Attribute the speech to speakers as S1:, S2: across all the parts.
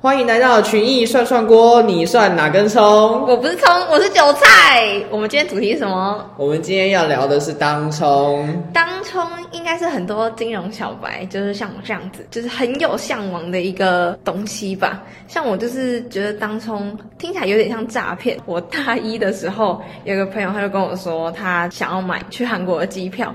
S1: 欢迎来到群艺涮涮锅，你涮哪根葱？
S2: 我不是葱，我是韭菜。我们今天主题是什么？
S1: 我们今天要聊的是当葱，
S2: 当冲应该是很多金融小白，就是像我这样子，就是很有向往的一个东西吧。像我就是觉得当冲听起来有点像诈骗。我大一的时候，有个朋友他就跟我说，他想要买去韩国的机票，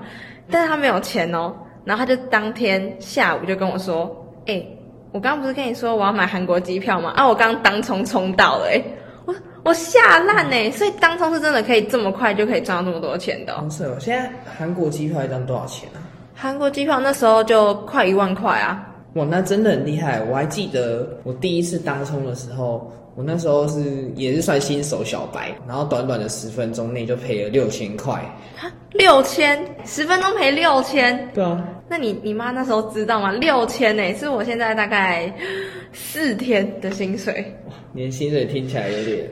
S2: 但是他没有钱哦。然后他就当天下午就跟我说：“哎、我刚刚不是跟你说我要买韩国机票吗？啊，我刚当冲冲到了、哎，我我吓烂哎！所以当冲是真的可以这么快就可以赚到这么多钱的哦、
S1: 当是哦。现在韩国机票一张多少钱啊？
S2: 韩国机票那时候就快一万块啊！
S1: 哇，那真的很厉害！我还记得我第一次当冲的时候，我那时候是也是算新手小白，然后短短的十分钟内就赔了六千块。
S2: 六千，十分钟赔六千。
S1: 对啊，
S2: 那你你妈那时候知道吗？六千呢，是我现在大概四天的薪水。
S1: 年薪水听起来有点，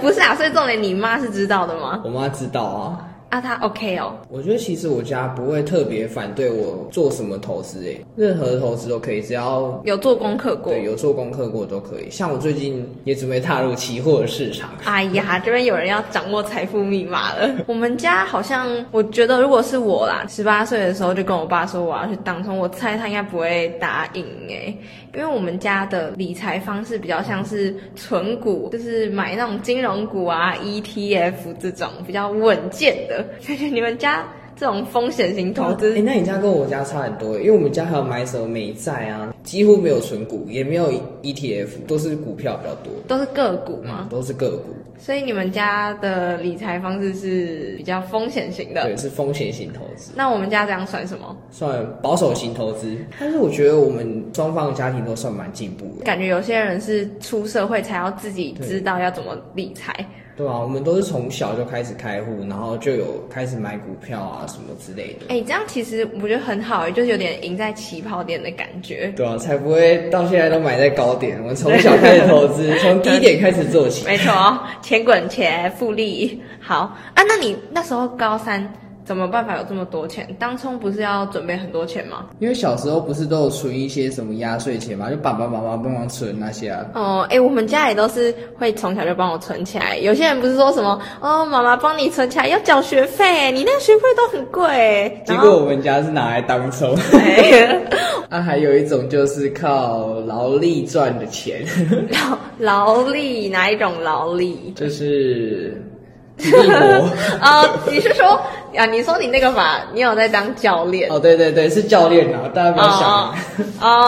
S2: 不是啊，所以重点你妈是知道的吗？
S1: 我妈知道啊。
S2: 啊，她 OK 哦。
S1: 我觉得其实我家不会特别反对我做什么投资，诶，任何投资都可以，只要
S2: 有做功课过
S1: 对，有做功课过都可以。像我最近也准备踏入期货的市场，
S2: 哎呀，这边有人要掌握财富密码了。 我们家好像，我觉得如果是我啦，十八岁的时候就跟我爸说我要去当冲，我猜他应该不会答应诶、因为我们家的理财方式比较像是存股，就是买那种金融股啊、ETF 这种比较稳健的。 感觉你们家这种风险型投资
S1: 哎、那你家跟我家差很多，因为我们家还有买什么美债啊，几乎没有存股，也没有 ETF，都是股票比较多，
S2: 都是个股嘛，
S1: 都是个股，
S2: 所以你们家的理财方式是比较风险型的。
S1: 对，是啊风险型投资，
S2: 那我们家这样算什么？
S1: 算保守型投资。但是我觉得我们双方的家庭都算蛮进步的，
S2: 感觉有些人是出社会才要自己知道要怎么理财，
S1: 对啊，我们都是从小就开始开户，然后就有开始买股票啊什么之类的。
S2: 哎、这样其实我觉得很好，就是有点赢在起跑点的感 觉。
S1: 对啊，才不会到现在都买在高点。我们从小开始投 资，从低点开始做起。
S2: 没错，哦钱滚钱，复利。好啊，那你那时候高三怎么办法有这么多钱？当冲不是要准备很多钱吗？
S1: 因为小时候不是都有存一些什么压岁钱嘛，就爸爸妈妈帮忙存那些啊。
S2: 哦，哎、我们家也都是会从小就帮我存起来。有些人不是说什么哦，妈妈帮你存起来要缴学费，你那个学费都很贵。
S1: 结
S2: 然
S1: 果
S2: 后，
S1: 我们家是拿来当 抽，
S2: 哎
S1: 啊，还有一种就是靠劳力赚的钱，
S2: 劳哎 劳力哪一种劳力？
S1: 就是体力 活。
S2: 啊，你是说啊？你说你那个吧，你有在当教 练？
S1: 哦，对对对，是教练啊，大家不要想
S2: 哦
S1: 啊。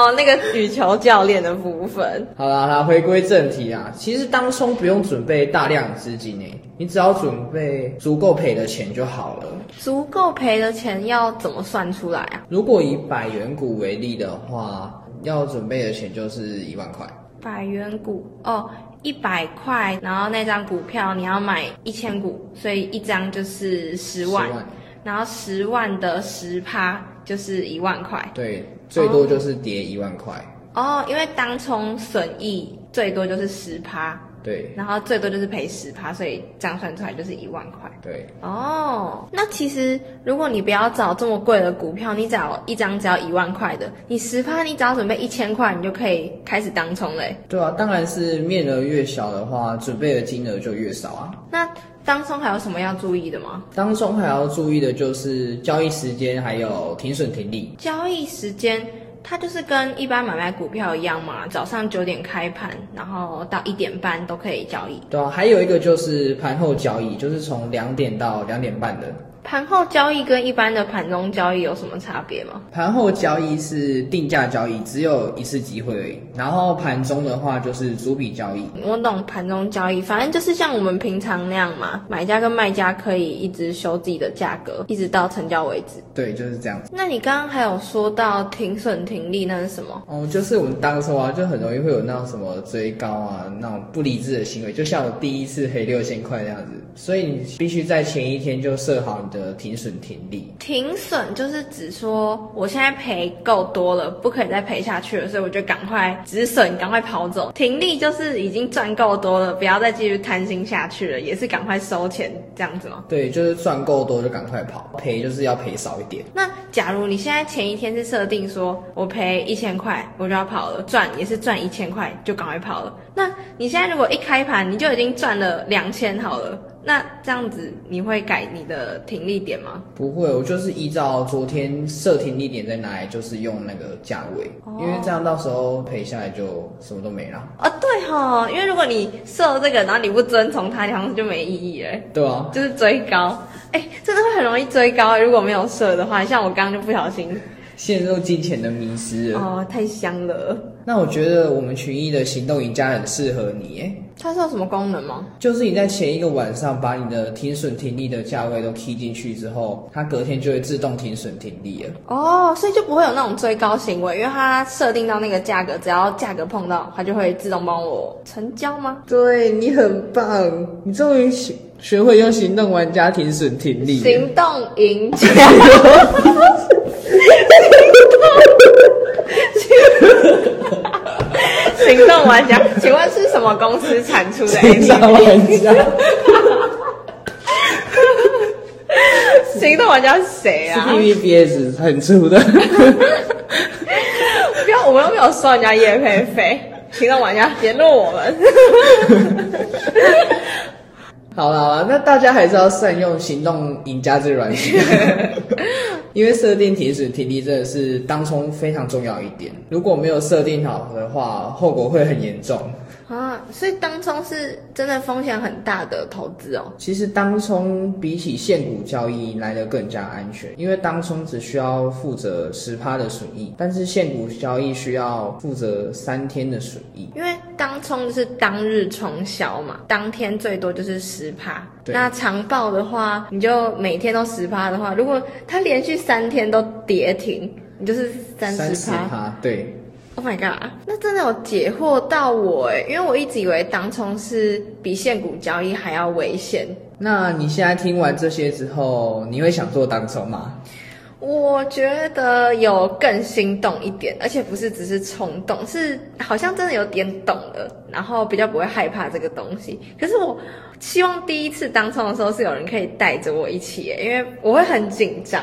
S2: 哦，那个羽球教练的部分，
S1: 好啦，好啦，回归正题啊。其实当冲不用准备大量的资金诶，你只要准备足够赔的钱就好了。
S2: 足够赔的钱要怎么算出来啊？
S1: 如果以百元股为例的话，要准备的钱就是一万块。
S2: 百元股哦，一百块，然后那张股票你要买一千股，所以一张就是十万，
S1: 10万
S2: 然后十万的十趴就是一万块
S1: 对，最多就是跌一万块。
S2: 哦，因为当冲损益最多就是十趴，
S1: 对
S2: 然后最多就是赔十趴，所以这样算出来就是一万块。
S1: 对，
S2: 哦，那其实如果你不要找这么贵的股票，你找一张只要一万块的，你十趴你只要准备一千块，你就可以开始当冲欸嘞。
S1: 对啊，当然是面额越小的话，准备的金额就越少啊。
S2: 那当冲还有什么要注意的吗？
S1: 当中还要注意的就是交易时间，还有停损停利。
S2: 交易时间它就是跟一般买卖股票一样嘛，早上九点开盘，然后到一点半都可以交易。
S1: 对啊，还有一个就是盘后交易，就是从两点到两点半的。
S2: 盘后交易跟一般的盘中交易有什么差别吗？
S1: 盘后交易是定价交易，只有一次机会而已。然后盘中的话就是逐笔交易。
S2: 我懂盘中交易，反正就是像我们平常那样嘛，买家跟卖家可以一直修自己的价格，一直到成交为止。
S1: 对，就是这样。
S2: 那你刚刚还有说到停损停利，那是什么？
S1: 哦，就是我们当初啊，就很容易会有那种什么追高啊，那种不理智的行为，就像我第一次赔六千块那样子。所以你必须在前一天就设好你的的停损停利？
S2: 停损就是指说，我现在赔够多了，不可以再赔下去了，所以我就赶快止损，赶快跑走。停利就是已经赚够多了，不要再继续贪心下去了，也是赶快收钱这样子吗？
S1: 对，就是赚够多就赶快跑，赔就是要赔少一点。
S2: 那假如你现在前一天是设定说我赔一千块我就要跑了，赚也是赚一千块就赶快跑了。那你现在如果一开盘你就已经赚了两千好了，那这样子你会改你的停利点吗？
S1: 不会，我就是依照昨天设停利点在哪里，就是用那个价位，因为这样到时候赔下来就什么都没了。
S2: 哦，对哈、因为如果你设这个，然后你不遵从它，你好像就没意义了，
S1: 对啊，
S2: 就是追高。哎，真的会很容易追高，如果没有设的话，像我刚刚就不小心，
S1: 陷入金钱的迷失了。
S2: 哦，太香了。
S1: 那我觉得我们群益的行动赢家很适合你，耶
S2: 它是有什么功能吗？
S1: 就是你在前一个晚上把你的停损停利的价位都 key 进去之后，它隔天就会自动停损停利了。
S2: 哦，所以就不会有那种追高行为，因为它设定到那个价格，只要价格碰到，它就会自动帮我成交吗？
S1: 对你很棒，你终于学学会用行动玩家停损停利了。
S2: 行动赢家，行动，行动玩家，请问是什么公司产出的
S1: 行
S2: APP？
S1: 动玩家
S2: 行动玩家是谁
S1: 是
S2: 啊？
S1: PVBS 产出的。
S2: 不要，我们又没有收人家夜配费，行动玩家联络我们。
S1: 好啦好啦，那大家还是要善用行动赢家这个软 件，因为设定停损停利真的是当冲非常重要一点。如果没有设定好的话，后果会很严重。
S2: 啊，所以当冲是真的风险很大的投资哦。
S1: 其实当冲比起现股交易来得更加安全，因为当冲只需要负责十趴的损益，但是现股交易需要负责三天的损益。
S2: 因为当冲就是当日冲销嘛，当天最多就是十趴。
S1: 对
S2: 那长报的话，你就每天都十趴的话，如果它连续三天都跌停，你就是三十
S1: 十
S2: 趴。
S1: 趴，对，
S2: Oh my god！那真的有解惑到我诶，因为我一直以为当冲是比现股交易还要危险。
S1: 那你现在听完这些之后，你会想做当冲吗？
S2: 我觉得有更心动一点，而且不是只是冲动，是好像真的有点懂了，然后比较不会害怕这个东西。可是我希望第一次当冲的时候是有人可以带着我一起耶，因为我会很紧张。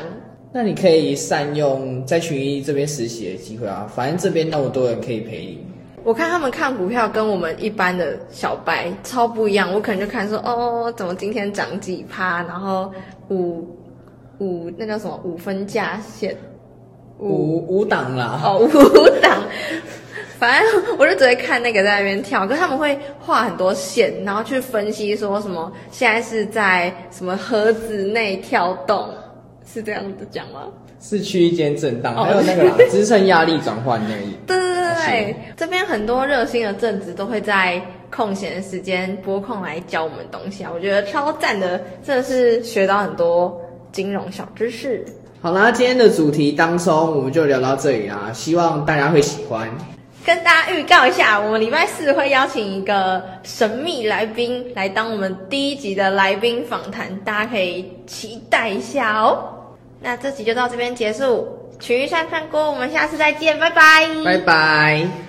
S1: 那你可以善用在群益这边实习的机会啊，反正这边那么多人可以陪你。
S2: 我看他们看股票跟我们一般的小白超不一样，我可能就看说哦，怎么今天涨几趴，然后五五那叫什么五分价线，
S1: 五五档啦，
S2: 哦，舞蹈，反正我就只会看那个在那边跳，可是他们会画很多线，然后去分析说什么现在是在什么盒子内跳动，是这样子讲吗？
S1: 是区间震荡，
S2: 哦
S1: 还有那个啦，支撑压力转换而已。
S2: 对对对对
S1: 是
S2: 对，这边很多热心的正职都会在空闲的时间拨空来教我们东西啊，我觉得超赞的，真的是学到很多金融小知识。
S1: 好啦，今天的主题当中我们就聊到这里啦，希望大家会喜欢。
S2: 跟大家预告一下，我们礼拜四会邀请一个神秘来宾来当我们第一集的来宾访谈，大家可以期待一下哦。那这集就到这边结束，曲玉山山锅，我们下次再见，拜拜，
S1: 拜拜。